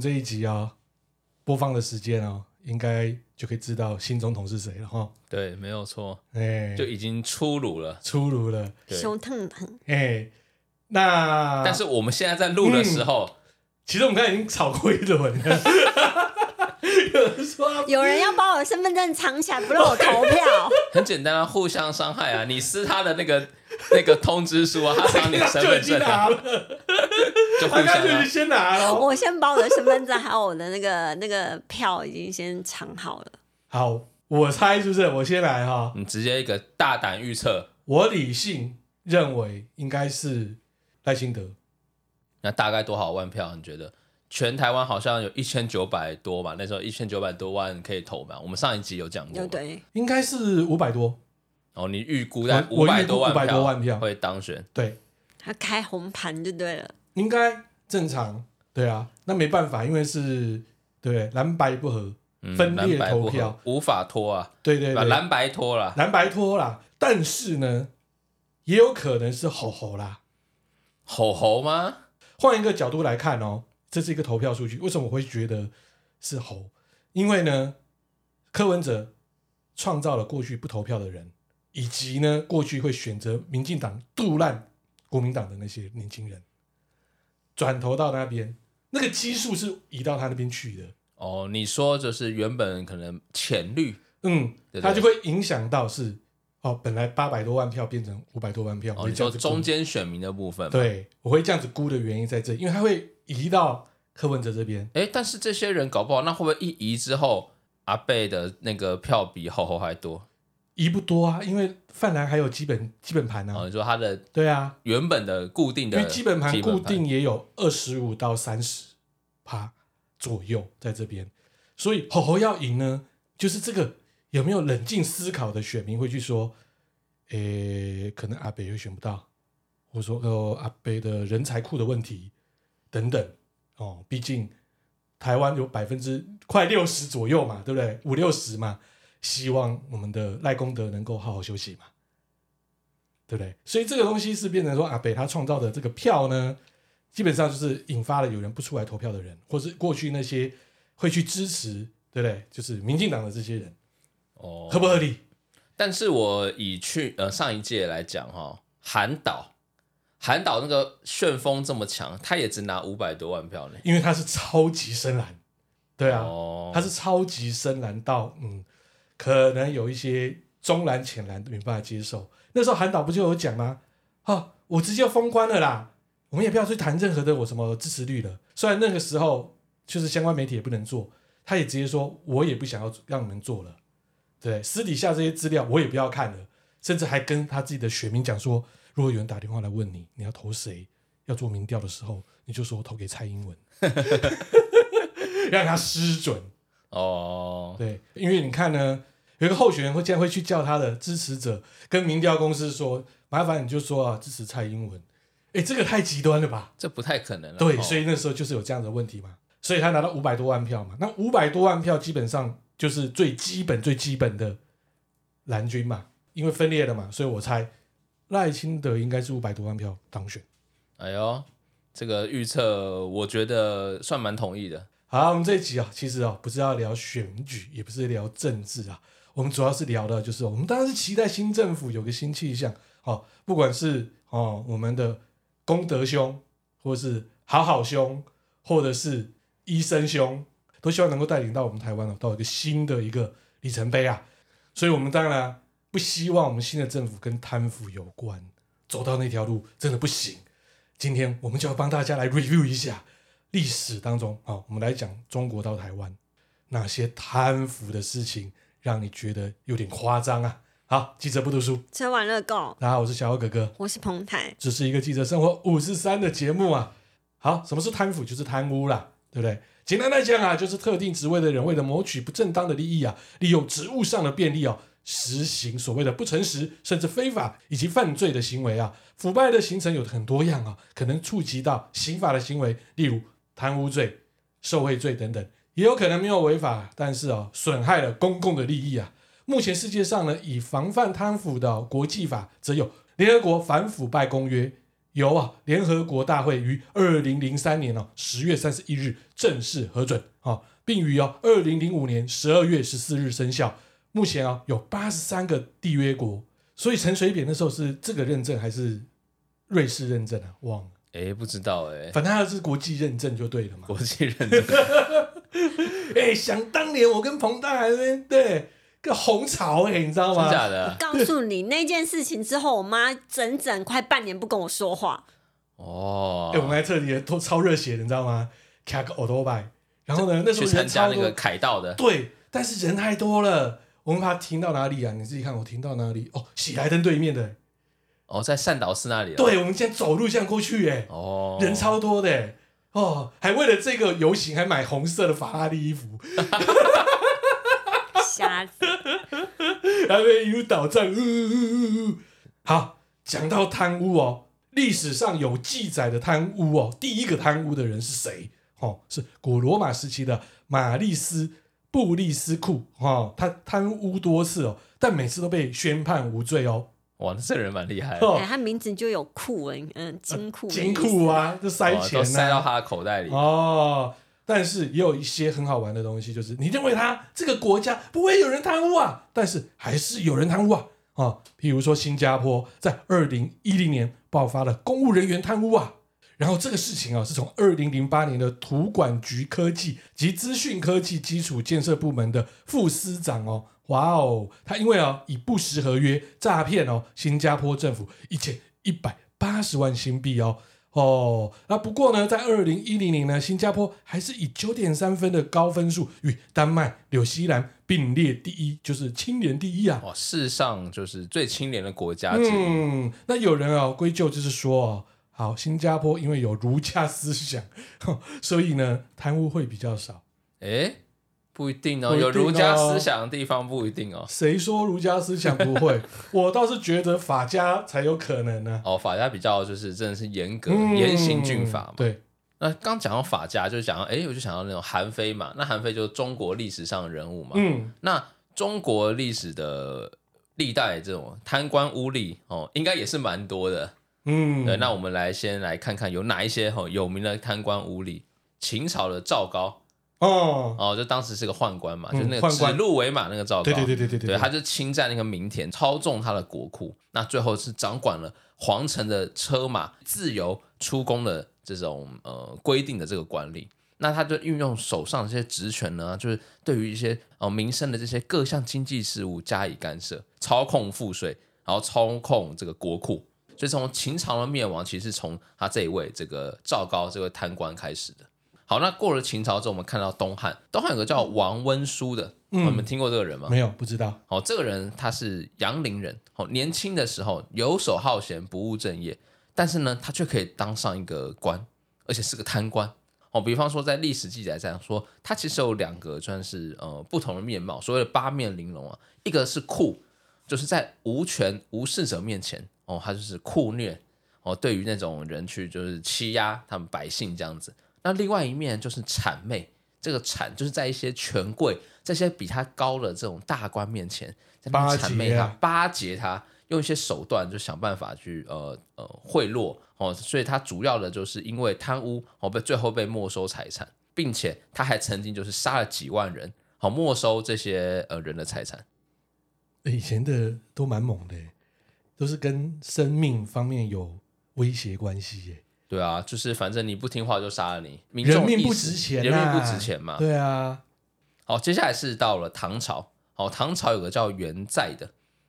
这一集啊播放的时间啊，应该就可以知道新总统是谁了哈。对，没有错，哎、就已经出炉了。出炉了，对，熊腾腾，哎、那但是我们现在在录的时嗯候，其实我们刚才已经吵过一轮了。有人说啊有人要把我的身份证藏起来，不让我投 票。很简单啊，互相伤害啊！你撕他的那个那个通知书 啊，他撕 你的身就已份经证拿啊，了，就互 他相刚就啊已经。先拿了。我先把我的身份证还有我的那个那个票已经先藏好了。好，我猜是不是？我先来哈，啊你直接一个大胆预测，我理性认为应该是赖清德，那大概多少万票？你觉得？全台湾好像有一千九百多嘛，那时候一千九百多万可以投嘛。我们上一集有讲过就嘛，对，应该是五百多。哦，你预估在我我五预百估多万500多万票会当选，对，他开红盘就对了。应该正常，对啊，那没办法，因为是对蓝白不合，嗯分裂蓝白不投合票无法拖啊，对对把对，蓝白拖了。蓝白拖啦。但是呢，也有可能是吼吼啦。吼吼吗？换一个角度来看哦，这是一个投票数据，为什么我会觉得是吼？因为呢，柯文哲创造了过去不投票的人，以及呢过去会选择民进党杜烂国民党的那些年轻人，转投到那边，那个基数是移到他那边去的。哦，你说就是原本可能浅绿，嗯，对不对它就会影响到是哦，本来八百多万票变成五百多万票，我哦，会你这说样子估中间选民的部分嘛，对，我会这样子估的原因在这，因为它会移到柯文哲这边，哎，但是这些人搞不好，那会不会一移之后，阿贝的那个票比吼吼还多？移不多啊，因为泛蓝还有基本基本盘啊，哦，你说他的对啊，原本的固定因的为基本盘固定也有二十五到三十趴左右在这边，所以吼吼要赢呢，就是这个有没有冷静思考的选民会去说，诶，可能阿北又选不到，我说哦，阿北的人才库的问题等等哦，毕竟台湾有百分之快六十左右嘛，对不对？五六十嘛，希望我们的赖功德能够好好休息嘛，对不对？所以这个东西是变成说阿北他创造的这个票呢，基本上就是引发了有人不出来投票的人，或是过去那些会去支持，对不对？就是民进党的这些人，哦，合不合理？但是我以去呃上一届来讲哈、韩导，韩导那个旋风这么强，他也只拿五百多万票呢。因为他是超级深蓝，对啊。哦，它是超级深蓝到嗯，可能有一些中蓝、浅蓝都没办法接受。那时候韩导不就有讲吗？啊，我直接封关了啦，我们也不要去谈任何的我什么支持率了。虽然那个时候就是相关媒体也不能做，他也直接说我也不想要让你们做了，对，私底下这些资料我也不要看了，甚至还跟他自己的选民讲说，如果有人打电话来问你你要投谁，要做民调的时候，你就说投给蔡英文， 让他失准。哦，对，因为你看呢，有一个候选人会这样会去叫他的支持者跟民调公司说，麻烦你就说啊支持蔡英文，哎，这个太极端了吧？这不太可能了。对，哦所以那时候就是有这样的问题嘛，所以他拿到五百多万票嘛，那五百多万票基本上就是最基本最基本的蓝军嘛，因为分裂了嘛，所以我猜赖清德应该是五百多万票当选。哎呦，这个预测我觉得算蛮同意的。好，我们这一集啊，其实啊，不是要聊选举，也不是聊政治啊，我们主要是聊的就是，我们当然是期待新政府有个新气象。哦，不管是哦我们的功德兄，或是好好兄，或者是医生兄，都希望能够带领到我们台湾哦，到一个新的一个里程碑啊。所以，我们当然啊不希望我们新的政府跟贪腐有关，走到那条路真的不行。今天我们就要帮大家来 review 一下历史当中啊、哦我们来讲中国到台湾哪些贪腐的事情，让你觉得有点夸张啊。好，记者不读书，吃完热狗，大家好，我是小欧哥哥，我是彭台，这是一个记者生活五十三的节目啊。好，什么是贪腐？就是贪污啦，对不对？简单来讲啊，就是特定职位的人为了谋取不正当的利益啊，利用职务上的便利哦，实行所谓的不诚实甚至非法以及犯罪的行为啊。腐败的形成有很多样啊，可能触及到刑法的行为，例如贪污罪、受贿罪等等，也有可能没有违法，但是哦，损害了公共的利益啊。目前世界上呢，以防范贪腐的国际法，则有《联合国反腐败公约》，由啊联合国大会于二零零三年哦十月三十一日正式核准哦，并于哦二零零五年十二月十四日生效。目前啊有八十三个缔约国，所以陈水扁那时候是这个认证还是瑞士认证啊？忘了，哎，不知道哎，反正它是国际认证就对了 嘛。国际认 证哎、想当年我跟彭大还在那边对个红潮哎、你知道吗真？假的？告诉你那件事情之后，我妈整整快半年不跟我说 话。哦哎、，我们还特地都超热血的，你知道吗？卡个 o t o b i 然后呢，那时去候参人加超那多个，凯道的，对，但是人太多了。我们把它停到哪里啊？你自己看，我停到哪里？哦，喜来登对面的、哦，在善导寺那里。，对，我们现在走路这样过去、哎、哦，人超多的、哎哦，还为了这个游行还买红色的法拉利衣服，瞎子，还被一路倒账，呜呜呜呜。好，讲到贪污哦，历史上有记载的贪污哦，第一个贪污的人是谁？哦，是古罗马时期的玛丽斯·布利斯库哦，他贪污多次哦，但每次都被宣判无罪哦。哇，那这人蛮厉害的，哦哎，，他名字就有酷文，嗯，金库，哦金库，啊，就塞哇都钱塞到啊。他的口袋里。哦，但是也有一些很好玩的东西，就是你认为他这个国家不会有人贪污啊，但是还是有人贪污啊啊、譬如说新加坡在二零一零年爆发了公务人员贪污啊，然后这个事情啊是从二零零八年的土管局科技及资讯科技基础建设部门的副司长哦。哇哦，他因为哦以不实合约诈骗哦，新加坡政府一千一百八十万新币哦，哦，那不过呢，在二零一零年呢，新加坡还是以九点三分的高分数与丹麦、纽西兰并列第一，就是清廉第一啊。哇，世上就是最清廉的国家之一。嗯，那有人啊、归咎就是说哦，好，新加坡因为有儒家思想， 哼所以呢贪污会比较少。哎，不一定哦，不一定哦有儒家思想的地方不一定哦。谁说儒家思想不 会？我倒是觉得法家才有可能呢、哦，法家比较就是真的是严格，嗯严刑峻法嘛。对，那刚讲到法家，就讲到哎，我就想到那种韩非嘛，那韩非就是中国历史上的人物嘛。嗯，那中国历史的历代这种贪官污吏哦，应该也是蛮多的。嗯，对，那我们来先来看看有哪一些哦、有名的贪官污吏。秦朝的赵高哦，哦，就当时是个宦官嘛，嗯就是那个宦指官鹿为马那个赵高。对对对对对对，他就侵占那个民田，操纵他的国库，那最后是掌管了皇城的车马自由出宫的这种呃规定的这个管理。那他就运用手上的这些职权呢，就是对于一些呃民生的这些各项经济事务加以干涉，操控赋税，然后操控这个国库。所以从秦朝的灭亡，其实是从他这一位这个赵高这位贪官开始的。好，那过了秦朝之后，我们看到东汉，东汉有个叫王温舒的，嗯你们听过这个人吗？没有不知道，哦，这个人他是杨陵人，哦，年轻的时候游手好闲，不务正业，但是呢，他却可以当上一个官，而且是个贪官。哦，比方说在历史记载上说，他其实有两个算是呃不同的面貌，所谓的八面玲珑啊，一个是酷，就是在无权无势者面前，哦，他就是酷虐，哦，对于那种人去就是欺压他们百姓这样子。那另外一面就是谄媚，这个谄就是在一些权贵、这些比他高的这种大官面前，在那边谄媚他、巴结他，用一些手段就想办法去呃呃贿赂哦，所以他主要的就是因为贪污哦被最后被没收财产，并且他还曾经就是杀了几万人，好、没收这些呃人的财产。欸以前的都蛮猛的欸，都是跟生命方面有威胁关系耶。对啊，就是反正你不听话就杀了你，民人众命意不识值钱、啊，人命不值钱嘛。对啊，好，接下来是到了唐朝。哦，唐朝有个叫袁载的，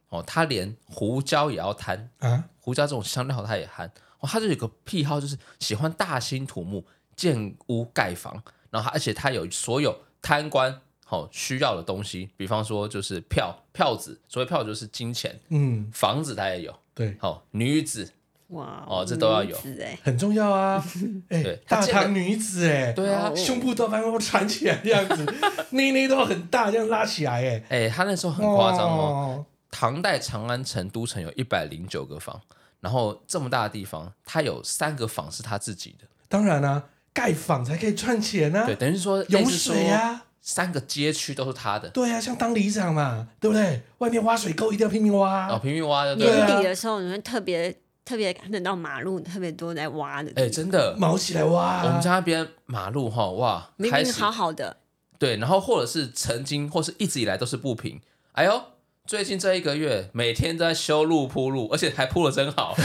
哦，他连胡椒也要贪，啊，胡椒这种香料他也贪。哦，他就有个癖好，就是喜欢大兴土木、建屋盖房，然后他而且他有所有贪官哦需要的东西，比方说就是票票子，所谓票就是金钱，嗯，房子他也有，对，哦，女子哇，哦这都要有女子哎，很重要 啊。哎、对他大见了唐女子哎、对啊哦，胸部都把我缠起来这样子， 内内都很大，这样拉起来哎、哎，他那时候很夸张哦哦。唐代长安城都城有一百零九个坊，然后这么大的地方，它有三个坊是他自己的，当然啊，盖房才可以赚钱啊对，，等于说有类似说水啊。三个街区都是他的，对啊，像当里长嘛，对不对？外面挖水沟一定要拼命挖啊、哦然后拼命挖就对啊了。年底的时候你会特别特别看得到马路特别多在挖的地哎、方，真的，毛起来哇！我们家那边马路哈，哇，明开明始好好的，对，然后或者是曾经或是一直以来都是不平，哎呦。最近这一个月，每天都在修路铺路，而且还铺的真 好。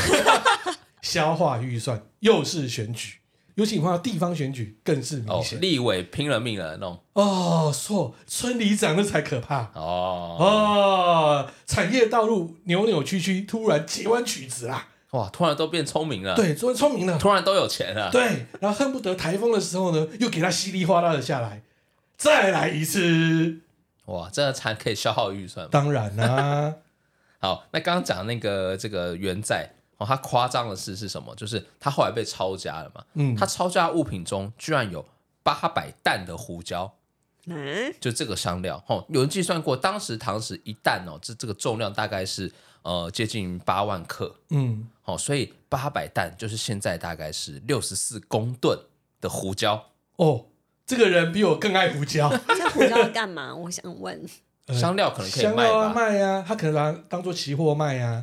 消化预算又是选举，尤其你看到地方选举更是哦明，显立委拼了命了弄。哦。错，村里长那才可怕哦哦。产业道路扭扭曲曲，突然截弯曲直啦，哇，突然都变聪明了，，对，突然聪明了，突然都有钱了。对，然后恨不得台风的时候呢，又给它稀里哗啦的下来，再来一次。哇，这才可以消耗预算嘛。 当然啦、好，那刚刚讲那个这个原仔哦，他夸张的事是什么？就是他后来被抄家了嘛。嗯他，抄家的物品中居然有八百担的胡椒，嗯，就这个香料哦。有人计算过，当时堂食一担哦，这这个重量大概是呃接近八万克嗯，哦，所以八百担就是现在大概是六十四公吨的胡椒。哦，这个人比我更爱胡椒，这胡椒干嘛？我想 问，呃香 料可能可以香卖料啊吧？卖啊，他可能把它当做期货卖啊，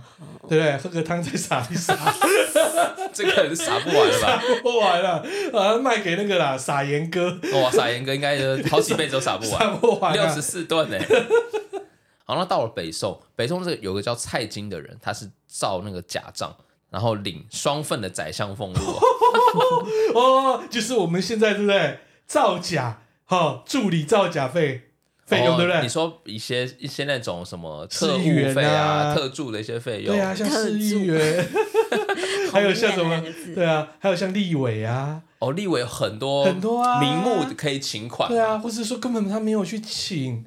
对不对？喝个汤再撒一撒，这个人傻不完了吧？不完了，啊，卖给那个啦，撒盐哥，哇，撒盐哥应该有好几辈子都撒不完。撒不完六十啊，四吨呢。 好，那到了北宋，北宋这个有个叫蔡京的人，他是造那个假账，然后领双份的宰相俸禄哦。 哦，就是我们现在对不对？造假，哈、助理造假费 费用、对不哦你对？说一些一些那种什么特市议务员费啊特助的一些费用，对啊，像特市议助员， 还有像好什敏么感的两个？字对啊，还有像立委啊，哦，立委有很多很多啊名目可以请款，对啊，或是说根本他没有去请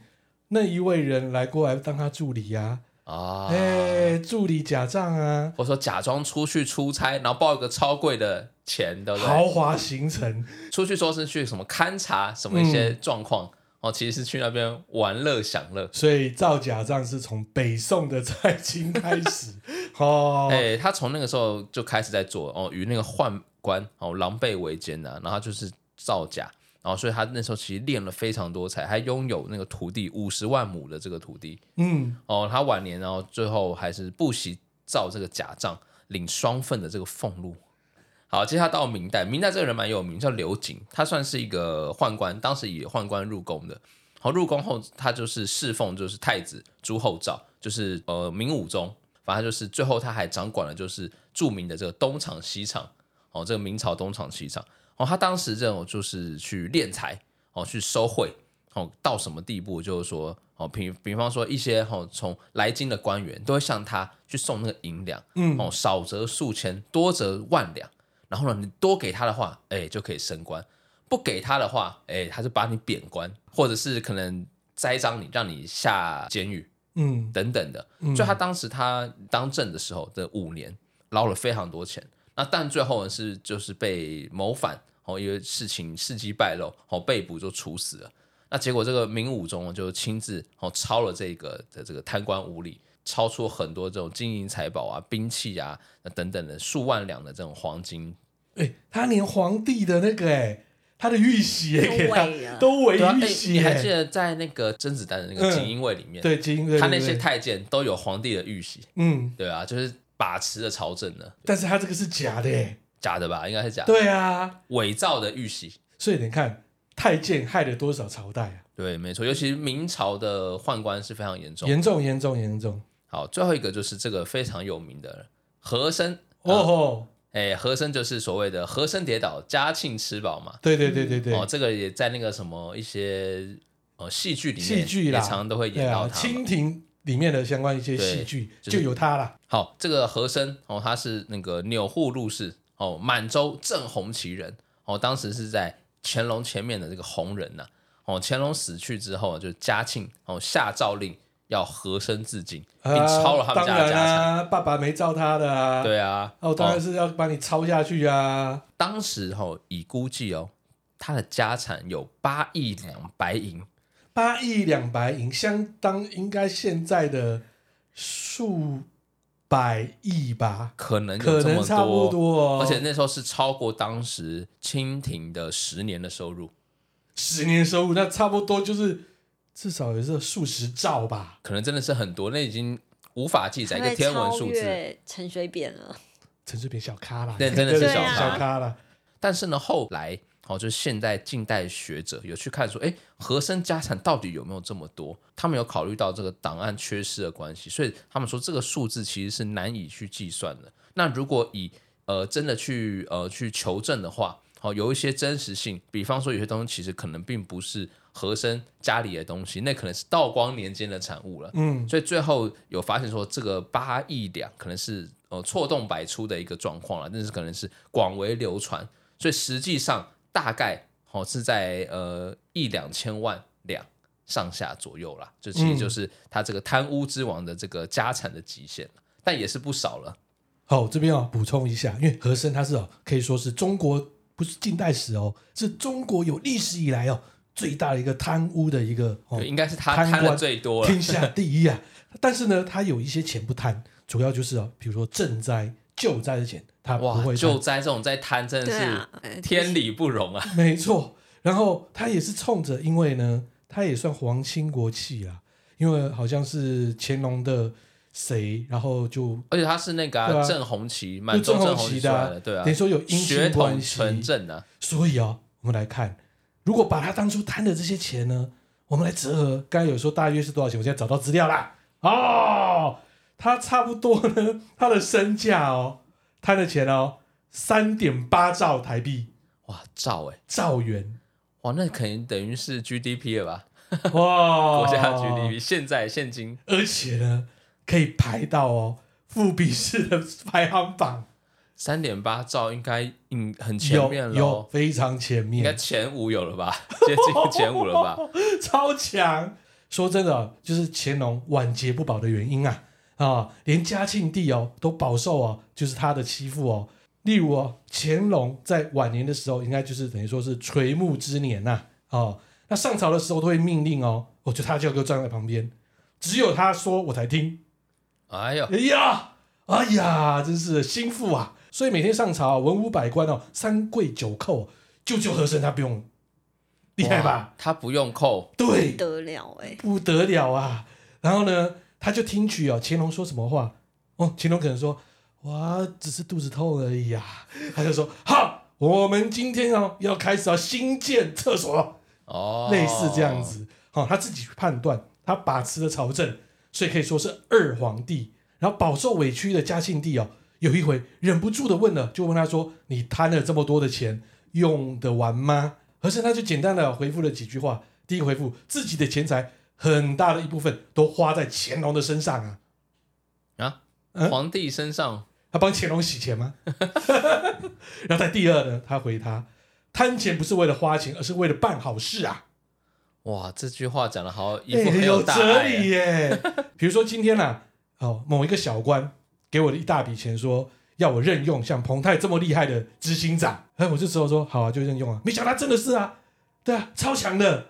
那一位人来过来当他助理啊，啊，哎，助理假账啊，或者说假装出去出差，然后报一个超贵的钱，对不豪对？华行程，出去说是去什么勘察什么一些嗯状况，哦，其实是去那边玩乐享乐。所以造假账是从北宋的蔡京开 始哦，哎、他从那个时候就开始在做哦，与那个宦官哦狼狈为奸呐、然后他就是造假，然后所以他那时候其实练了非常多才，还拥有那个土地五十万亩的这个土地嗯，哦。他晚年然后最后还是不惜造这个假账，领双份的这个俸禄。好，接下来到明代，明代这个人蛮有名，叫刘瑾，他算是一个宦官，当时以宦官入宫的。好，入宫后他就是侍奉就是太子朱厚照，就是呃明武宗，反正就是最后他还掌管了就是著名的这个东厂西厂，哦，这个明朝东厂西厂，哦，他当时这种就是去敛财，哦，去收贿，哦，到什么地步就是说，哦，比比方说一些哦从来京的官员都会向他去送那个银两，嗯哦，少则数千，多则万两，然后呢，你多给他的话，哎，就可以升官。不给他的话，哎、他就把你贬官，或者是可能栽赃你，让你下监狱嗯等等的。嗯所以他当时他当政的时候的五年，哦捞了非常多钱。那但最后呢是就是被谋反哦，因为事情事迹败露哦，被捕就处死了。那结果这个明武宗就亲自哦抄了这个的这个贪官污吏，抄出很多这种金银财宝啊、兵器啊那等等的数万两的这种黄金哎、他连皇帝的那个哎、他的玉玺也给都伪他了都为对啊，玉哎玺、你还记哎得在那个甄子丹啊的那个嗯锦衣卫里面，对金对他对那些对太监都有皇帝的玉玺，嗯，对啊，就是把持着朝政的，但是他这个是假的、哎假的吧？应该是假的，对啊，伪造的玉玺。所以你看太监害了多少朝代啊，对，没错，尤其是明朝的宦官是非常严重。严重严重严重，好，最后一个就是这个非常有名的和珅。哦哦，吼，哎，和珅就是所谓的和珅跌倒，嘉庆吃饱嘛。对对对对对，哦，这个也在那个什么一些呃戏剧里面，戏剧也啦，常常都会对演到啊，他嘛。蜻蜓里面的相关一些对戏剧就是就有他啦。好，这个和珅哦，他是那个钮祜禄氏哦，满洲正红旗人哦，当时是在乾隆前面的这个红人呐、哦，乾隆死去之后，就嘉庆哦下诏令要和珅自尽，并啊抄了他们当家的然家产。啊，爸爸没照他的啊。，对啊，哦，当然是要把你抄下去啊。当时哦，以估计哦，他的家产有八亿两白银，八亿两白银，相当应该现在的数百亿吧，可能有可这么能差不多哦。而且那时候是超过当时清廷的十年的收入，十年收入，那差不多就是至少也是数十兆吧。可能真的是很多，那已经无法记载他一个会天文超数字。越陈水扁了，陈水扁小咖啦，对真的是小小咖咖啦，但是呢，后来哦，就是现代近代学者有去看说，哎，和珅家产到底有没有这么多？他们有考虑到这个档案缺失的关系，所以他们说这个数字其实是难以去计算的。那如果以呃真的去呃去求证的话，哦，有一些真实性，比方说有些东西其实可能并不是和珅家里的东西，那可能是道光年间的产物了。嗯，所以最后有发现说，这个八亿两可能是呃错动百出的一个状况了，但是可能是广为流传，所以实际上大概哦是在呃一两千万两上下左右嗯啦，就其实就是他这个贪污之王的这个家产的极限了但也是不少了。好，这边要补充一下，因为和珅他是哦，可以说是中国不是近代史哦，是中国有历史以来哦最大的一个贪污的一个哦对，应该是他贪贪的官最多了天。下第一啊。但是呢，他有一些钱不贪，主要就是哦，比如说赈灾、救灾的钱，他不哇，会救贪。灾这种在贪真的对啊是，呃天理不容啊！没错，然后他也是冲着，因为呢，他也算皇亲国戚啦，因为好像是乾隆的谁，然后就而且他是那个对啊啊郑红旗，满洲郑红郑红旗旗的出啊来的，对啊等于，说有姻血亲统关系，纯正啊。所以啊，我们来看，如果把他当初贪的这些钱呢，我们来折合，刚才有说大约是多少钱，我现在找到资料啦。哦，他差不多呢，他的身价哦，贪的钱哦，三点八兆台币，哇，兆哎、兆元，哇，那肯定等于是 GDP 了吧？哇，国家 GDP，现在现金而且呢，可以排到哦，富比士的排行榜三点八兆，应该嗯很前有面有喽，非常前应该面，前五有了吧？ 接近前五了 吧？超强。说真的哦，就是乾隆晚节不保的原因啊啊，连嘉庆帝哦都饱受哦，就是他的欺负哦。例如哦，乾隆在晚年的时候，应该就是等于说是垂暮之年呐、哦，那上朝的时候都会命令哦，我就他就给我站在旁边，只有他说我才听，哎呦，哎呀，哎呀，真是心腹啊！所以每天上朝、啊，文武百官哦，三跪九叩，舅舅和珅他不用，厉害吧？哇？他不用扣，对不，得了哎、不得了啊！然后呢，他就听取哦，乾隆说什么话？哦，乾隆可能说：“哇，只是肚子痛而已啊。”他就说：“好，我们今天哦要开始要新建厕所了。”哦，类似这样。子。好、他自己去判断，他把持了朝政，所以可以说是二皇帝。然后饱受委屈的嘉庆帝哦，有一回忍不住的问了，就问他说：“你贪了这么多的钱，用得完吗？”和珅他就简单的回复了几句话。第一个回复，自己的钱财很大的一部分都花在乾隆的身上啊，啊嗯，皇帝身上他帮乾隆洗钱吗？ 然后在第二呢，他回他贪钱不是为了花钱，而是为了办好事啊。哇，这句话讲的好，一欸副很有大哲爱理欸。耶。比如说今天啦、哦，某一个小官给我的一大笔钱说要我任用像彭泰这么厉害的执行长，哎，我这时候说好啊，就任用啊。没想到他真的是啊，对啊，超强的。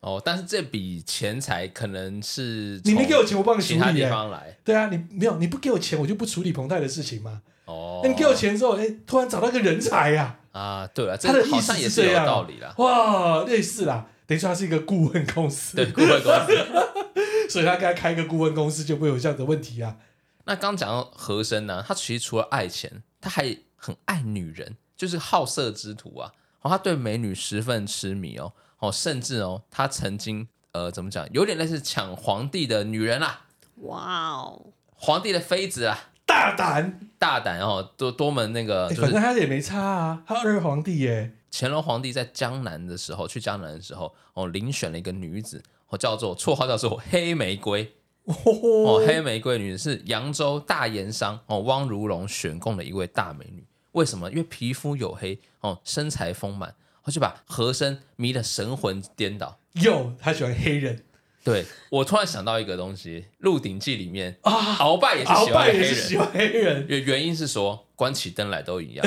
哦，但是这笔钱财可能是你没从给我钱我帮你其处他理地耶方来对啊，你没有，你不给我钱，我就不处理彭泰的事情嘛。哦。那你给我钱之后，哎，突然找到一个人才呀、啊？对了，这他的好意思像也是是这有样啊道理啦。哇，类似啦。等于说他是一个顾问公司，对，顾问公司所以他给他开一个顾问公司就不会有这样的问题啊。那刚讲到和珅呢、他其实除了爱钱，他还很爱女人，就是好色之徒啊。哦，他对美女十分痴迷哦，哦，甚至哦，他曾经呃怎么讲，有点类似抢皇帝的女人啦、啊哇哦，皇帝的妃子啊，大胆，大大胆哦，多多么那个哎就反正是他也没差啊，他二皇帝耶，乾隆皇帝在江南的时候，去江南的时候，哦，遴选了一个女子，哦，叫做绰号叫做黑玫瑰。哦，黑玫瑰女是扬州大盐商哦汪如龙选供的一位大美女。为什么？因为皮肤黝黑哦，身材丰满，而且把和珅迷得神魂颠倒。哟，他喜欢黑人， 对我突然想到一个东西，《鹿鼎记》里面啊鳌拜也是鳌喜欢拜黑也是喜人，欢黑人，原原因是说关起灯来都一样。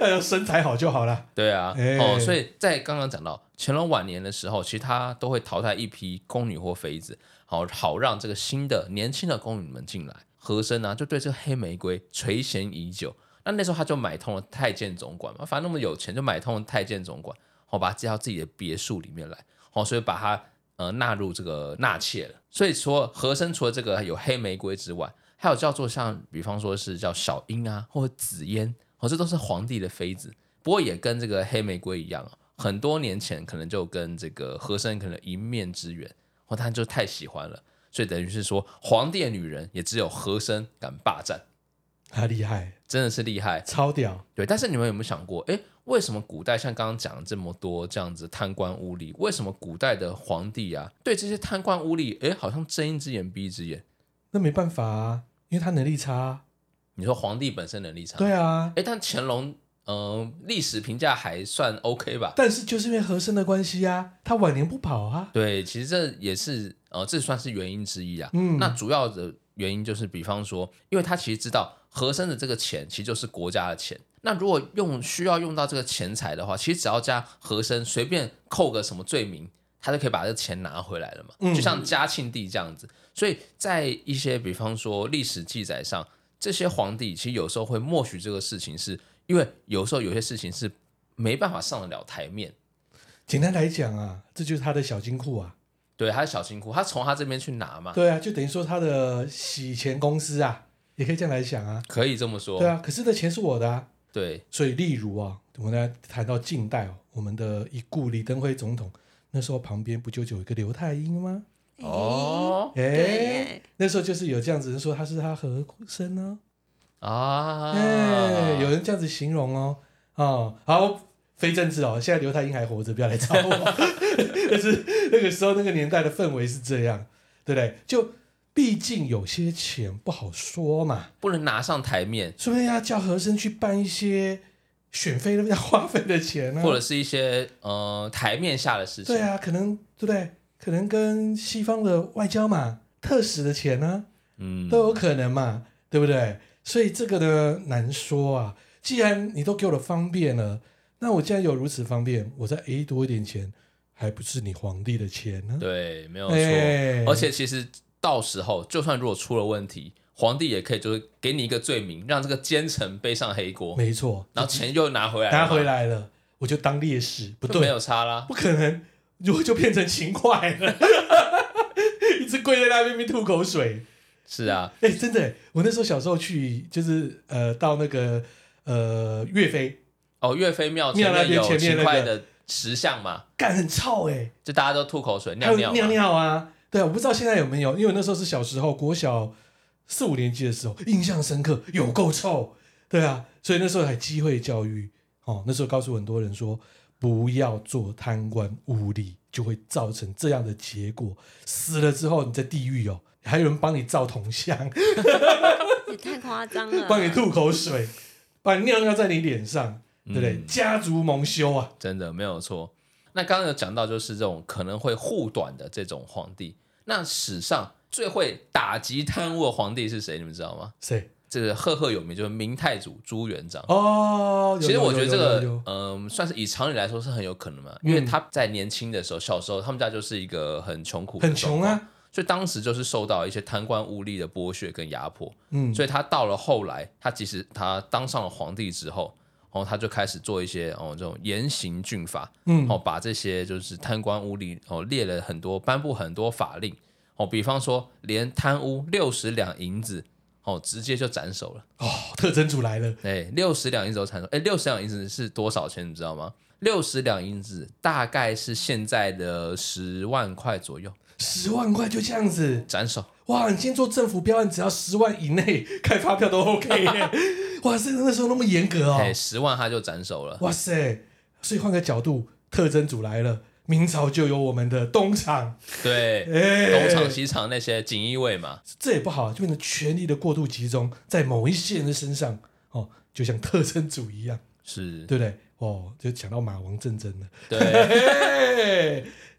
呃，身材好就好了。对啊，哎哦，所以在刚刚讲到乾隆晚年的时候，其实他都会淘汰一批宫女或妃子，好好让这个新的年轻的宫女们进来。和珅啊呢、就对这个黑玫瑰垂涎已久。那那时候他就买通了太监总管嘛，反正那么有钱，就买通了太监总管，哦，把他接到自己的别墅里面来，哦，所以把他呃纳入这个纳妾了。所以说，和珅除了这个有黑玫瑰之外，还有叫做像，比方说是叫小英啊，或者紫嫣，哦，这都是皇帝的妃子。不过也跟这个黑玫瑰一样啊，很多年前可能就跟这个和珅可能一面之缘，哦，但就太喜欢了，所以等于是说，皇帝的女人也只有和珅敢霸占，他厉害，真的是厉害。超屌，对，但是你们有没有想过，诶，为什么古代像刚刚讲了这么多这样子贪官污吏，为什么古代的皇帝啊，对这些贪官污吏，诶，好像睁一只眼闭一只眼？那没办法啊，因为他能力差啊，你说皇帝本身能力差，对啊，诶，但乾隆，嗯、历史评价还算 OK 吧？但是就是因为和珅的关系啊，他晚年不跑啊，对，其实这也是呃，这算是原因之一啊。嗯那主要的原因就是，比方说，因为他其实知道和珅的这个钱其实就是国家的钱。那如果用需要用到这个钱财的话，其实只要加和珅随便扣个什么罪名，他就可以把这个钱拿回来了嘛。嗯就像嘉庆帝这样子，所以在一些比方说历史记载上，这些皇帝其实有时候会默许这个事情是，因为有时候有些事情是没办法上得了台面。简单来讲啊，这就是他的小金库啊，对，他是小辛苦，他从他这边去拿嘛，对啊，就等于说他的洗钱公司啊，也可以这样来想啊，可以这么说，对啊，可是这钱是我的啊，对所以，例如啊，我们来谈到近代哦，我们的已故李登辉总统，那时候旁边不就有一个刘太英吗？哦哎、对耶那时候就是有这样子人说他是他和珅呢、啊，哦，哎、有人这样子形容哦，哦，好，非政治哦，现在刘太英还活着，不要来找我， 但是那个时候那个年代的氛围是这样，对不对？就毕竟有些钱不好说嘛，不能拿上台面，说不定要叫和珅去办一些选妃要花费的钱呢、啊，或者是一些呃台面下的事情，对啊，可能对不对？可能跟西方的外交嘛、特使的钱呢、嗯，都有可能嘛，对不对？所以这个呢难说啊。既然你都给我的方便了，那我既然有如此方便，我再 A 多一点钱，还不是你皇帝的钱呢？对，没有错，哎而且其实到时候就算如果出了问题，皇帝也可以就是给你一个罪名，让这个奸臣背上黑锅，没错，然后钱又拿回来，拿回，来了，我就当烈士，不就没对，有差啦，不可能，如果就变成勤快了， 一直跪在那边边吐口水。是啊，哎、真的欸，我那时候小时候去，就是呃，到那个呃岳飞，哦，岳飞庙庙前那面边有前面勤那快个的石像嘛，干很臭哎、就大家都吐口水还尿有尿嘛，尿尿啊，对啊，我不知道现在有没有，因为我那时候是小时候，国小四五年级的时候，印象深刻，有够臭，对啊，所以那时候还机会教育，哦，那时候告诉很多人说，不要做贪官污吏，就会造成这样的结果，死了之后你在地狱哦，还有人帮你造铜像，也太夸张了，帮你吐口水，把你尿尿在你脸上，对不对？嗯家族蒙羞啊，真的没有错。那刚刚有讲到，就是这种可能会护短的这种皇帝。那史上最会打击贪污的皇帝是谁？你们知道吗？谁？这个赫赫有名，就是明太祖朱元璋。哦，有其实我觉得这个有有有有，嗯、算是以常理来说是很有可能嘛，因为嗯他在年轻的时候，小时候他们家就是一个很穷苦、很穷，啊，所以当时就是受到一些贪官污吏的剥削跟压迫。嗯，所以他到了后来，他其实他当上了皇帝之后，然后他就开始做一些哦这种严刑峻法，嗯哦把这些就是贪官污吏哦列了很多颁布很多法令，哦比方说连贪污六十两银子哦直接就斩首了，哦，特征组来了，哎六十两银子都斩首，哎六十两银子是多少钱你知道吗？六十两银子大概是现在的十万块左右，十万块就这样子，斩首。哇！你先做政府标案，只要十万以内开发票都 OK 耶哇塞，那时候那么严格哦哎，，十万他就斩首了。哇塞！所以换个角度，特征组来了，明朝就有我们的东厂，对，哎东厂西厂那些锦衣卫嘛，这也不好，啊就变成权力的过度集中在某一些人的身上哦，就像特征组一样，是对不对？哦，就讲到马王战争了。 对，嘿，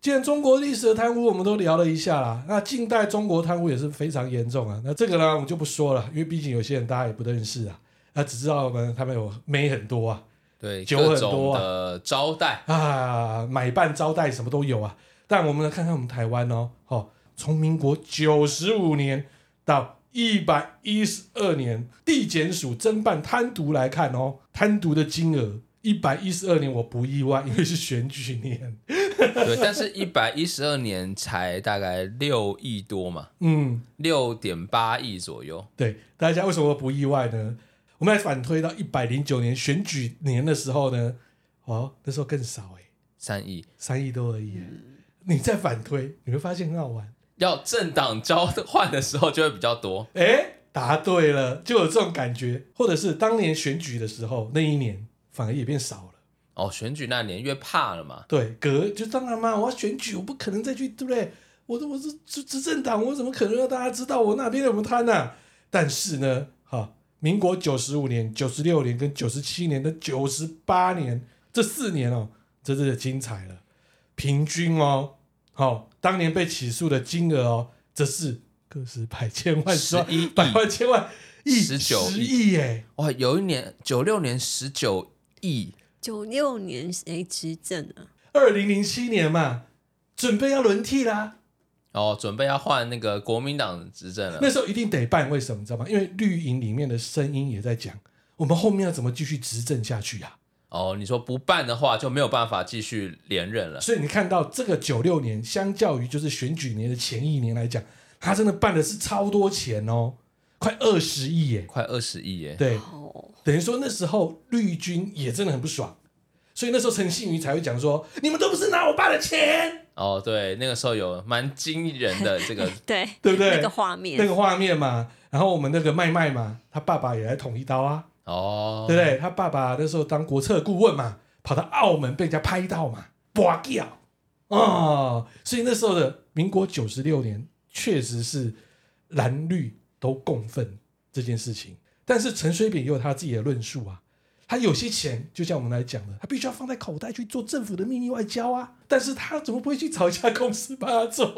既然中国历史的贪污我们都聊了一下啦，那近代中国贪污也是非常严重啊。那这个呢，我们就不说了，因为毕竟有些人大家也不认识啊，那只知道我们他们有美很多啊，对，酒各很种多啊的招待，啊，买办招待什么都有啊。但我们来看看我们台湾哦，哦，从民国九十五年到一百一十二年，地检署侦办贪渎来看哦，贪渎的金额一百一十二年我不意外，因为是选举年。 对，但是一百一十二年才大概六亿多嘛，嗯，六点八亿左右。对，大家为什么不意外呢？我们来反推到一百零九年选举年的时候呢，哦，那时候更少哎、三亿三亿多而已、欸。你再反推，你会发现很好玩。要政党交换的时候就会比较多，哎、答对了，就有这种感觉，或者是当年选举的时候，那一年反而也变少了。哦，选举那年越怕了嘛，对，隔就当然嘛，我要选举，我不可能再去，对不对？我我是执执政党，我怎么可能让大家知道我哪边有贪呢、但是呢，哈，民国九十五年、九十六年跟九十七年跟九十八年这四年哦，真是精彩了。平均哦，好、当年被起诉的金额哦，则是个是百千 万十万11亿 百万千万亿19十亿亿耶，哇，有一年九六年十九亿，九六年谁执政啊？二零零七年嘛，准备要轮替啦。哦，准备要换那个国民党执政了那，时候一定得办，为什么你知道吗？因为绿营里面的声音也在讲，我们后面要怎么继续执政下去啊？哦，你说不办的话就没有办法继续连任了，所以你看到这个九六年，相较于就是选举年的前一年来讲，他真的办的是超多钱哦，快二十亿耶！快二十亿耶，对，哦，等于说那时候绿军也真的很不爽，所以那时候陈信宇才会讲说：你们都不是拿我爸的钱，哦，对，那个时候有蛮惊人的这个对对不对？那个画面，那个画面嘛，然后我们那个麦麦嘛，他爸爸也来捅一刀啊。哦，对不对？他爸爸那时候当国策顾问嘛，跑到澳门被人家拍到嘛，拔掉哦。所以那时候的民国九十六年，确实是蓝绿都共愤这件事情。但是陈水扁也有他自己的论述啊，他有些钱就像我们来讲的，他必须要放在口袋去做政府的秘密外交啊。但是他怎么不会去找一家公司帮他做，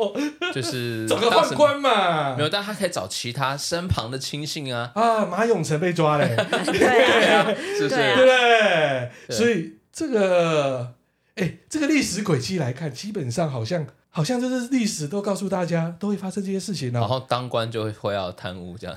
就是找个当嗯时宦官嘛没？有，但他可以找其他身旁的亲信 啊，啊，马永成被抓嘞。对啊，是不是？对对啊不对？对所以这个，哎，这个历史轨迹来看，基本上好像好像就是历史都告诉大家都会发生这些事情然哦。后当官就会会要贪污这样，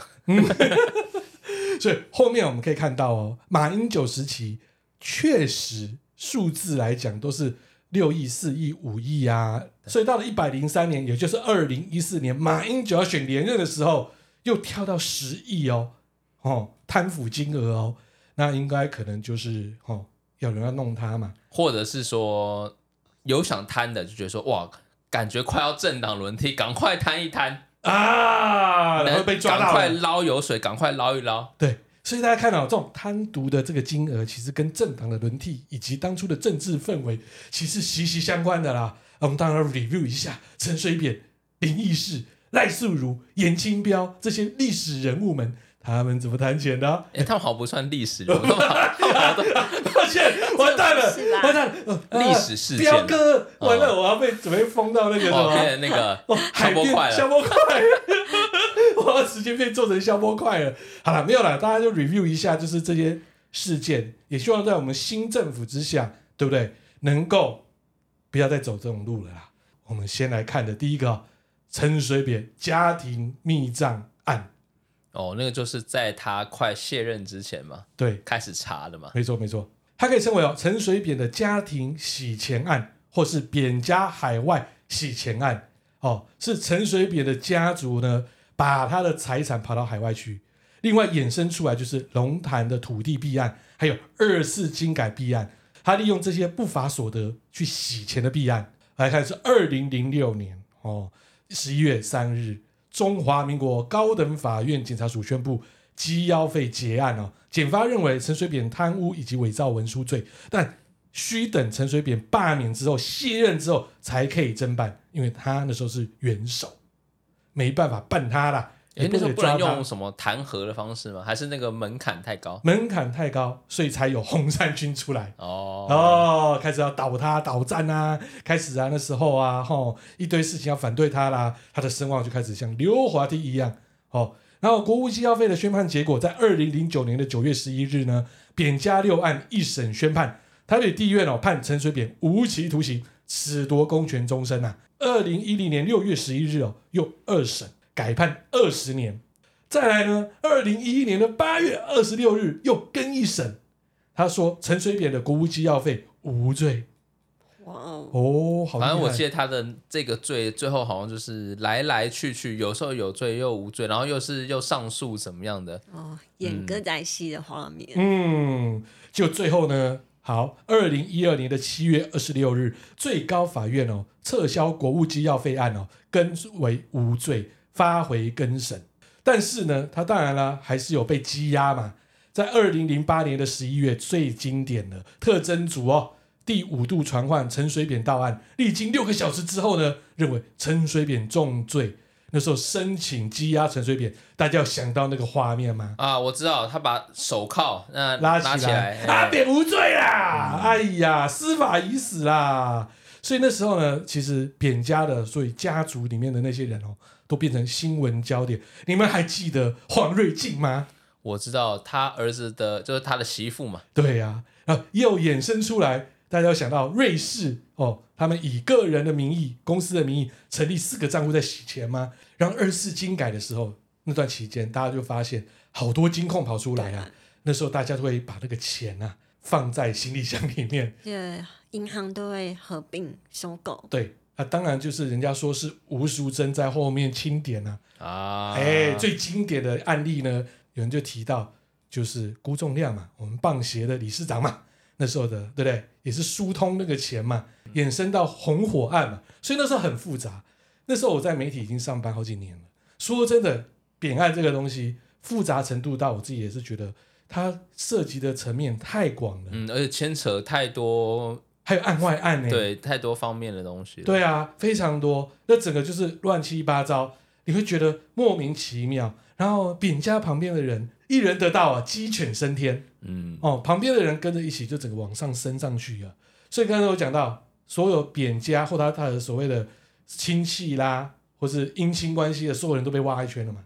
所以后面我们可以看到哦，马英九时期确实数字来讲都是六亿、四亿、五亿啊。所以到了一百零三年，也就是二零一四年，马英九要选连任的时候，又跳到十亿哦，哦，贪腐金额哦，那应该可能就是哦，有人要弄他嘛。或者是说有想贪的就觉得说哇，感觉快要政党轮替，赶快贪一贪，哎啊，然后被抓赶到快了。捞油水，赶快捞一捞。对，所以大家看到、这种贪渎的这个金额，其实跟政党的轮替以及当初的政治氛围其实息息相关的啦。啊我们当然要 review 一下陈水扁、林义士、赖素如、严清标这些历史人物们，他们怎么谈钱的啊、 哎、他们好像不算历史人物，他们好他们好像抱 歉，完蛋了是，吧完蛋了，呃历史事件啊彪哥，完了，我要被准备封到那个什哦，么变成那个哦，消海波边快消了。波块，我要直接被做成消波块了。好了，没有了，大家就 review 一下，就是这些事件，也希望在我们新政府之下，对不对？能够不要再走这种路了啦。我们先来看的第一个哦陈水扁家庭密账案，哦，那个就是在他快卸任之前嘛，对，开始查的嘛。没错没错，它可以称为哦陈水扁的家庭洗钱案，或是扁家海外洗钱案。哦，是陈水扁的家族呢，把他的财产跑到海外去，另外衍生出来就是龙潭的土地弊案，还有二次金改弊案，他利用这些不法所得去洗钱的弊案。来看是二零零六年哦，十一月三日，中华民国高等法院检察署宣布羁押费结案哦，检方认为陈水扁贪污以及伪造文书罪，但需等陈水扁罢免之后卸任之后才可以侦办，因为他那时候是元首，没办法办他啦。哎、也那时候可以不抓能他用什么弹劾的方式吗？还是那个门槛太高？门槛太高，所以才有红衫军出来。哦哦，开始要倒他、倒战啊，开始啊，那时候啊，吼，一堆事情要反对他啦，他的声望就开始像溜滑梯一样，哦。然后国务机要费的宣判结果，在二零零九年的九月十一日呢，扁加六案一审宣判，台北地院哦判陈水扁无期徒刑，褫夺公权终身啊。二零一零年六月十一日哦，又二审改判二十年。再来呢，二零一一年的八月二十六日又更一审，他说陈水扁的国务机要费无罪，哇哦，哦，好厉害，反正我记得他的这个罪，最后好像就是来来去去，有时候有罪又无罪，然后又是又上诉怎么样的。哦，演歌仔戏的画面，嗯，就最后呢，好，二零一二年的七月二十六日，最高法院哦撤销国务机要费案哦，更为无罪，发回更审。但是呢，他当然啦，还是有被羁押嘛。在二零零八年的十一月，最经典的特征组哦，第五度传唤陈水扁到案，历经六个小时之后呢，认为陈水扁重罪。那时候申请羁押陈水扁，大家有想到那个画面吗？啊，我知道，他把手铐那拉拉起来， 哎阿扁无罪啦！哎呀，司法已死啦！所以那时候呢，其实扁家的，所以家族里面的那些人哦，都变成新闻焦点。你们还记得黄瑞进吗？我知道他儿子的，就是他的媳妇嘛，对呀、啊，又衍生出来，大家有想到瑞士哦，他们以个人的名义、公司的名义成立四个账户在洗钱吗？然后二次金改的时候，那段期间大家就发现好多金控跑出来啊，那时候大家都会把那个钱啊放在行李箱里面。这啊银行都会合并收购，对，啊，当然就是人家说是吴淑珍在后面清点啊。啊，哎、最经典的案例呢，有人就提到就是辜仲亮嘛，我们棒协的理事长嘛，那时候的对不对？也是疏通那个钱嘛，衍生到红火案嘛，所以那时候很复杂。那时候我在媒体已经上班好几年了，说真的，扁案这个东西复杂程度到我自己也是觉得它涉及的层面太广了，嗯，而且牵扯太多，还有案外案呢、对，太多方面的东西了。对啊，非常多。那整个就是乱七八糟，你会觉得莫名其妙。然后扁家旁边的人，一人得道啊，鸡犬升天嗯，哦，旁边的人跟着一起就整个往上升上去了。所以刚才我讲到，所有扁家或他他的所谓的亲戚啦，或是姻亲关系的所有人都被挖一圈了嘛，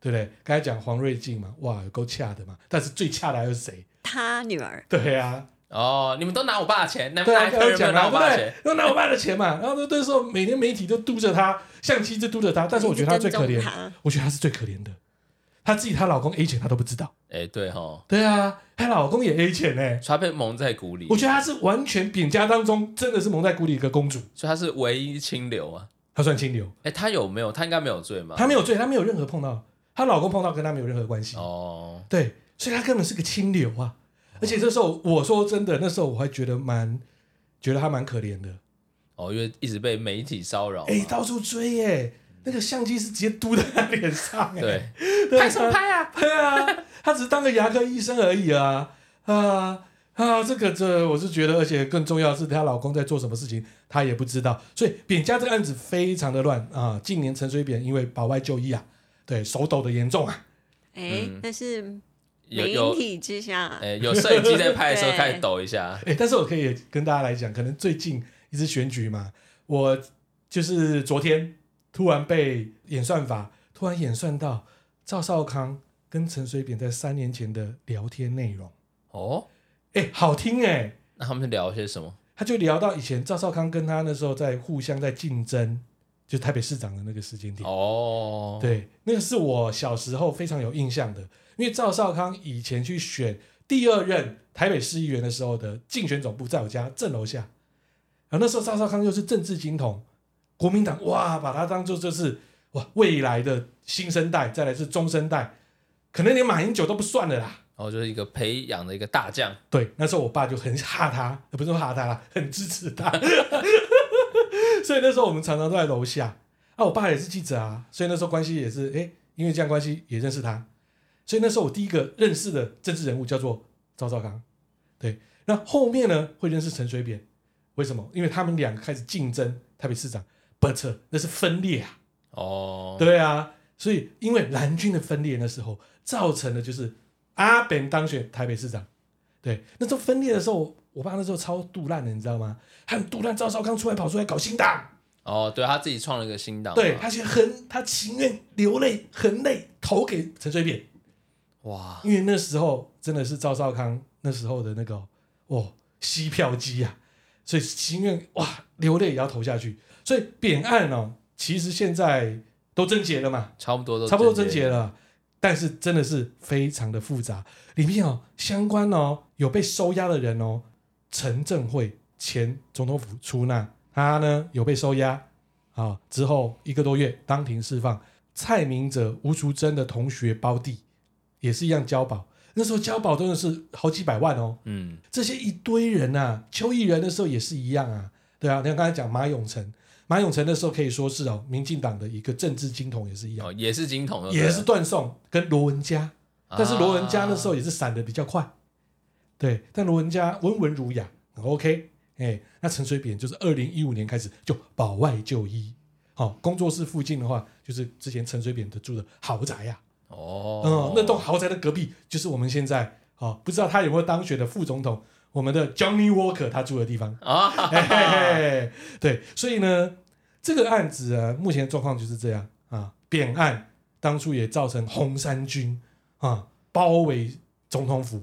对不对？刚才讲黄瑞进嘛，哇，有够恰的嘛。但是最恰的还是谁？他女儿对啊，哦，你们都拿我爸的钱，那对啊，哪一刚个刚人没有讲拿了，我对爸不的对钱？？都拿我爸的钱嘛，然后那那时候每天媒体都督着他，相机就督着他，但是我觉得他最可一直怜跟踪他，我觉得他是最可怜的，她自己她老公 A 钱她都不知道，哎，对哈，对啊，她老公也 A 钱呢、他被蒙在鼓里，我觉得她是完全扁家当中真的是蒙在鼓里一个公主，所以他是唯一清流啊。她算清流，哎，他有没有？他应该没有罪嘛？她没有罪，她没有任何碰到，她老公碰到跟她没有任何关系，哦，对，所以她根本是个清流啊。而且这时候我说真的，那时候我还觉得蛮觉得她蛮可怜的，哦，因为一直被媒体骚扰嘛。哎、到处追耶、那个相机是直接嘟在她脸上、哎。对， 对啊拍什么拍啊？对啊，他只是当个牙科医生而已啊啊啊！这个这我是觉得，而且更重要的是，她老公在做什么事情，她也不知道。所以扁家这个案子非常的乱啊。近年陈水扁因为保外就医啊，对手抖的严重啊，哎，那是有媒有，体之下哎，有摄影机在拍的时候 对开始抖一下。哎， 但是我可以跟大家来讲，可能最近一次选举嘛，我就是昨天突然被演算法突然演算到赵少康跟陈水扁在三年前的聊天内容，哦，哎，好听哎、那他们聊些什么？他就聊到以前赵少康跟他那时候在互相在竞争，就台北市长的那个时间点。哦，，对，那个是我小时候非常有印象的，因为赵少康以前去选第二任台北市议员的时候的竞选总部在我家正楼下，然后那时候赵少康又是政治金童，国民党哇把他当做就是哇未来的新生代，再来是中生代，可能连马英九都不算了啦。然后哦就是一个培养的一个大将。对，那时候我爸就很哈他， 呃不是说哈他啦，很支持他。 所以那时候我们常常都在楼下。啊，我爸也是记者啊，所以那时候关系也是，哎、因为这样关系也认识他。所以那时候我第一个认识的政治人物叫做赵少康。对，那后面呢会认识陈水扁，为什么？因为他们两个开始竞争台北市长，but 那是分裂啊。哦，对啊，所以因为蓝军的分裂那时候造成的就是阿扁当选台北市长，对，那时候分裂的时候，我爸那时候超杜烂的，你知道吗？他很杜烂赵少康出来跑出来搞新党，哦，对他自己创了一个新档嘛。对，他其实很他情愿流泪很累投给陈水扁，哇，因为那时候真的是赵少康那时候的那个哦吸票机啊，所以情愿哇流泪也要投下去，所以扁案哦，其实现在都贞结了嘛，差不多都差不多贞结。了，但是真的是非常的复杂。里面哦，相关哦有被收押的人哦，陈正会、前总统府出纳，他呢有被收押，啊，之后一个多月当庭释放。蔡明哲、吴淑珍的同学胞弟也是一样交保，那时候交保真的是好几百万哦。嗯，这些一堆人啊，邱毅人的时候也是一样啊，对啊，你看刚才讲马永成，马永成的时候可以说是哦，民进党的一个政治金童也是一样，哦，也是金童的，也是断送跟罗文佳，啊但是罗文佳那时候也是闪的比较快，对，但罗文佳温文儒雅很，OK，哎、那陈水扁就是二零一五年开始就保外就医，好、工作室附近的话，就是之前陈水扁的住的豪宅呀、嗯，哦，那栋豪宅的隔壁就是我们现在哦，不知道他有没有当选的副总统，我们的 Johnny Walker 他住的地方。啊， 嘿嘿嘿 对，所以呢，这个案子啊，目前状况就是这样啊。扁案当初也造成红衫军啊包围总统府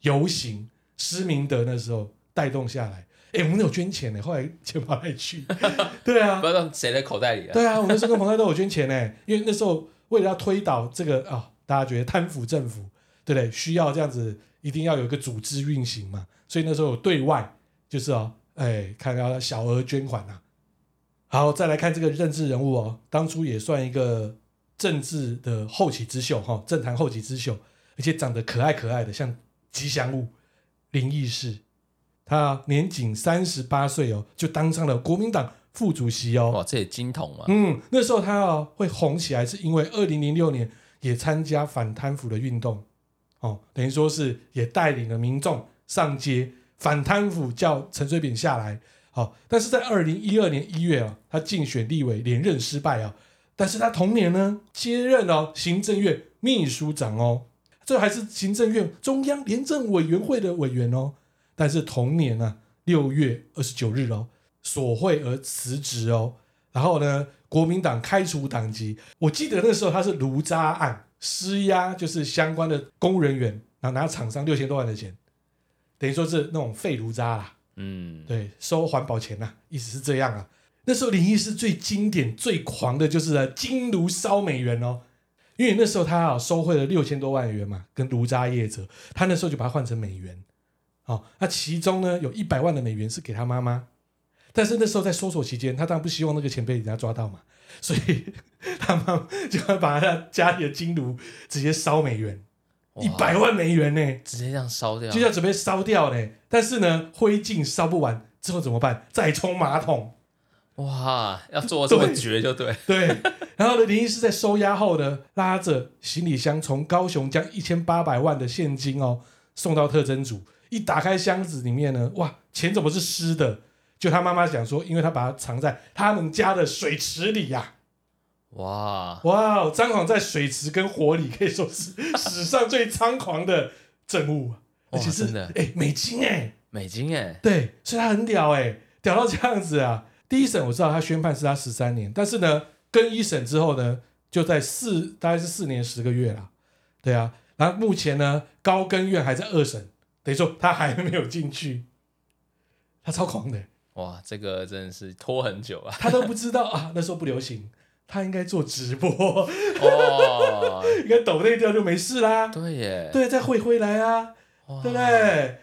游行，施明德那时候带动下来。哎、我们有捐钱呢、后来钱跑来去， 对啊不，知道谁的口袋里啊？对啊，我那时候跟彭泰都有捐钱呢、 因为那时候为了要推倒这个啊、大家觉得贪腐政府，对不对？需要这样子，一定要有一个组织运行嘛，所以那时候有对外就是哦，哎，看到小额捐款啊。好，再来看这个政治人物哦，当初也算一个政治的后起之秀哈、政坛后起之秀，而且长得可爱可爱的，像吉祥物林义士。他年仅三十八岁哦，就当上了国民党副主席哦。哇，这也金童嘛，嗯，那时候他哦会红起来，是因为二零零六年也参加反贪腐的运动，哦，等于说是也带领了民众上街反贪腐，叫陈水扁下来。好、但是在二零一二年一月啊、他竞选立委连任失败啊、但是他同年呢接任哦行政院秘书长哦，这还是行政院中央廉政委员会的委员哦。但是同年啊六月二十九日哦，索贿而辞职哦。然后呢，国民党开除党籍。我记得那时候他是卢渣案施压，就是相关的公务人员，然后拿厂商六千多万的钱，等于说是那种废卢渣啦。嗯，对，收环保钱呐、意思是这样啊。那时候林义是最经典、最狂的，就是啊金炉烧美元哦，因为那时候他啊收贿了六千多万元嘛，跟卢渣业者，他那时候就把它换成美元，哦，那其中呢有一百万的美元是给他妈妈，但是那时候在搜索期间，他当然不希望那个钱被人家抓到嘛，所以 他妈就要把他家里的金炉直接烧美元，哇一百万美元呢、直接这样烧掉，就要准备烧掉嘞。但是呢，灰烬烧不完之后怎么办？再冲马桶。哇，要做得这么绝就对， 对，然后呢，林医师在收押后呢，拉着行李箱从高雄将一千八百万的现金哦送到特征组。一打开箱子里面呢，哇，钱怎么是湿的？就他妈妈讲说，因为他把它藏在他们家的水池里呀、哇，哇哦，张狂在水池跟火里可以说是史上最猖狂的政务，啊而且是真的哎、美金哎、美金哎，对，所以他很屌哎、屌到这样子啊！第一审我知道他宣判是他十三年，但是呢，跟一审之后呢，就在四大概是四年十个月啦，对啊。然后目前呢，高根院还在二审，等于说他还没有进去，他超狂的、哇，这个真的是拖很久 啊，他都不知道啊，那时候不流行，他应该做直播， 哦，应该抖那掉就没事啦。对耶，对，再汇回来啊，哇对不？对？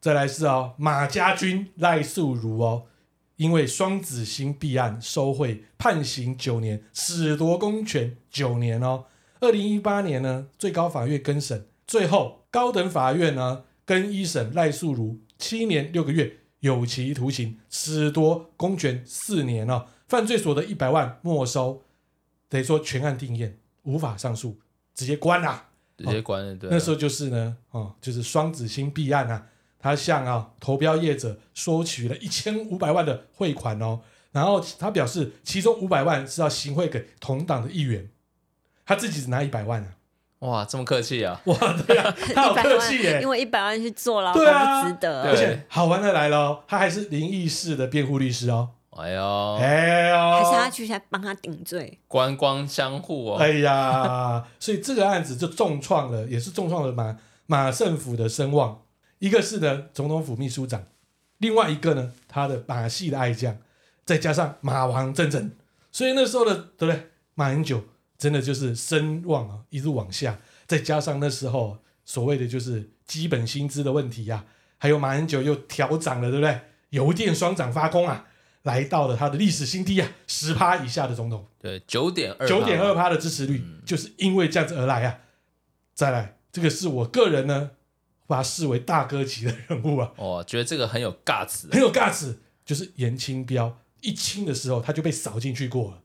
再来是哦，马家军赖素如哦，因为双子星弊案收贿，判刑九年，褫夺公权九年哦。二零一八年呢，最高法院更审，最后高等法院呢跟一审赖素如七年六个月有期徒刑，褫夺公权四年哦，犯罪所得一百万没收，等于说全案定验，无法上诉，直接关啦、直接关了，对啊，那时候就是呢，哦，就是双子星弊案啊，他向啊投标业者收取了一千五百万的汇款哦，然后他表示其中五百万是要行贿给同党的议员，他自己只拿一百万啊， 哇，这么客气啊，哇，对 啊，他好100客万气耶、因为一百万去坐牢，对啊不值得。而且好玩的来了、哦，他还是林义士的辩护律师哦，哎呦，哎啊还是呦，他去才帮他顶罪，官官相护哦，哎呀，所以这个案子就重创了，也是重创了马马政府的声望。一个是呢，总统府秘书长，另外一个呢，他的马系的爱将，再加上马王阵阵，所以那时候的对不对？马英九真的就是声望啊，一路往下，再加上那时候啊所谓的就是基本薪资的问题呀、还有马英九又调涨了，对不对？邮电双涨发功啊，来到了它的历史新低啊，十趴以下的总统，对，九点二，啊九点二，趴的支持率，就是因为这样子而来啊。再来，这个是我个人呢，把他视为大哥级的人物啊，哦，觉得这个很有 guts，很有 guts，就是严清标一清的时候他就被扫进去过了，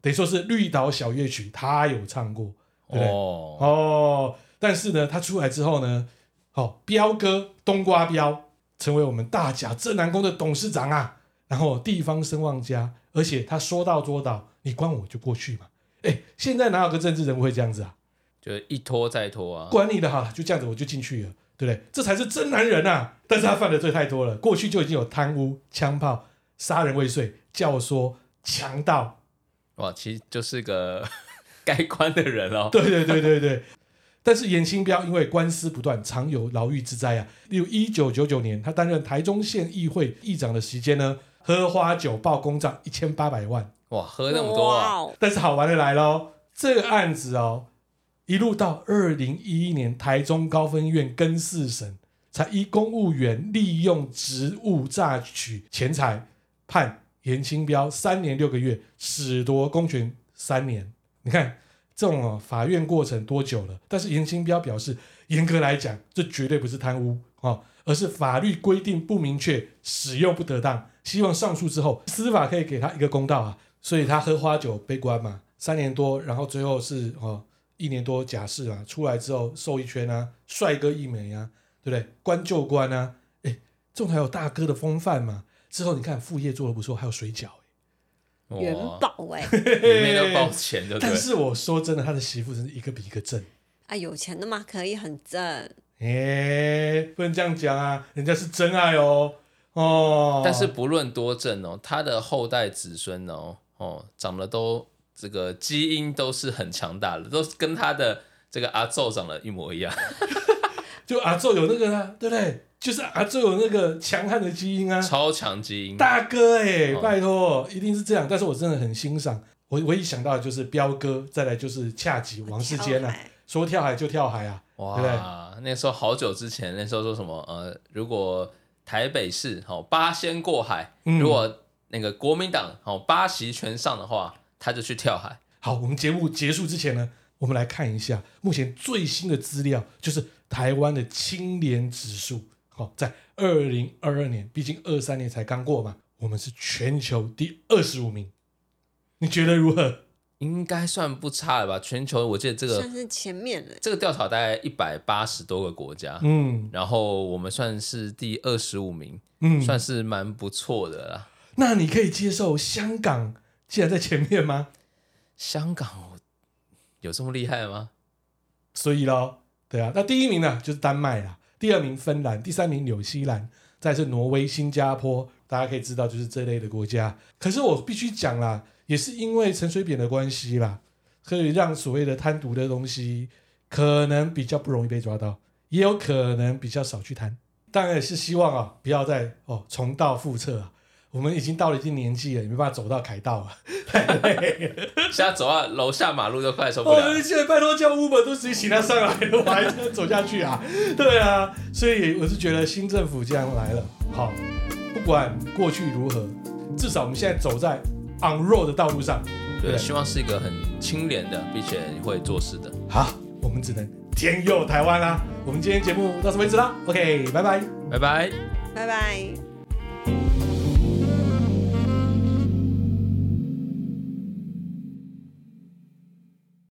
等于说是绿岛小夜曲他有唱过，对不对？哦，哦，但是呢，他出来之后呢，哦，彪哥冬瓜彪成为我们大甲镇南宫的董事长啊，然后地方声望佳，而且他说到做到，你关我就过去嘛。哎，现在哪有个政治人物会这样子啊？就一拖再拖啊，管你的好了，就这样子我就进去了，对不对？这才是真男人啊！但是他犯的罪太多了，过去就已经有贪污、枪炮、杀人未遂、教唆、强盗、哇，其实就是个 该关的人哦，对对对对 对。但是严清标因为官司不断，常有牢狱之灾啊。例如，一九九九年，他担任台中县议会议长的时间呢，喝花酒报公账一千八百万。哇，喝那么多啊，哇哦但是好玩的来喽，这个案子哦，一路到二零一一年台中高分院更四审，才依公务员利用职务榨取钱财，判严清标三年六个月，褫夺公权三年。你看这种、哦、法院过程多久了？但是严清标表示，严格来讲，这绝对不是贪污哦，而是法律规定不明确，使用不得当。希望上诉之后，司法可以给他一个公道啊。所以他喝花酒被关嘛，三年多，然后最后是哦一年多假释啊，出来之后瘦一圈啊，帅哥一枚啊，对不对？官就官啊，哎，这种还有大哥的风范嘛。之后你看副业做的不错，还有水饺、哎元哇，宝 哎、里面都包钱，对不但对？是我说真的，他的媳妇真是一个比一个正。啊，有钱的嘛可以很正，哎、不能这样讲啊，人家是真爱哦，哦，但是不论多正哦，他的后代子孙哦，哦，长得都这个基因都是很强大的，都是跟他的这个阿昼长得一 模一样。就阿宙有那个啊，对不对？就是阿宙有那个强悍的基因啊，超强基因，大哥哎、哦拜托，一定是这样。但是我真的很欣赏，我唯一想到的就是彪哥，再来就是恰吉王世坚跳啊，海说跳海就跳海啊，对不对？哇！那时候好久之前，那时候说什么呃，如果台北市哦八仙过海，嗯如果那个国民党哦八席全上的话，他就去跳海。好，我们节目结束之前呢，我们来看一下目前最新的资料，就是台湾的清廉指数。好、在二零二二年，毕竟二三年才刚过嘛，我们是全球第二十五名，你觉得如何？应该算不差了吧？全球我记得这个算是前面了、这个调查大概一百八十多个国家，嗯然后我们算是第二十五名，嗯，算是蛮不错的啦。那你可以接受香港竟然在前面吗？香港我有这么厉害吗？所以咯，对啊，那第一名呢就是丹麦啦，第二名芬兰，第三名纽西兰，再是挪威、新加坡，大家可以知道就是这类的国家。可是我必须讲啦，也是因为陈水扁的关系啦，所以让所谓的贪渎的东西可能比较不容易被抓到，也有可能比较少去贪。当然也是希望啊，不要再哦重蹈覆辙啊。我们已经到了一定年纪了，也没办法走到凯道啊。 现在走到楼下马路都快受不了哦，了。现在拜托叫 Uber 都直接请他上来了，我还要走下去 啊？对啊，所以我是觉得新政府既然来了，好，不管过去如何，至少我们现在走在 on road 的道路上。对，对希望是一个很清廉的，并且会做事的。好，我们只能天佑台湾啦。我们今天节目到此为止啦，OK，拜拜。拜拜。拜拜。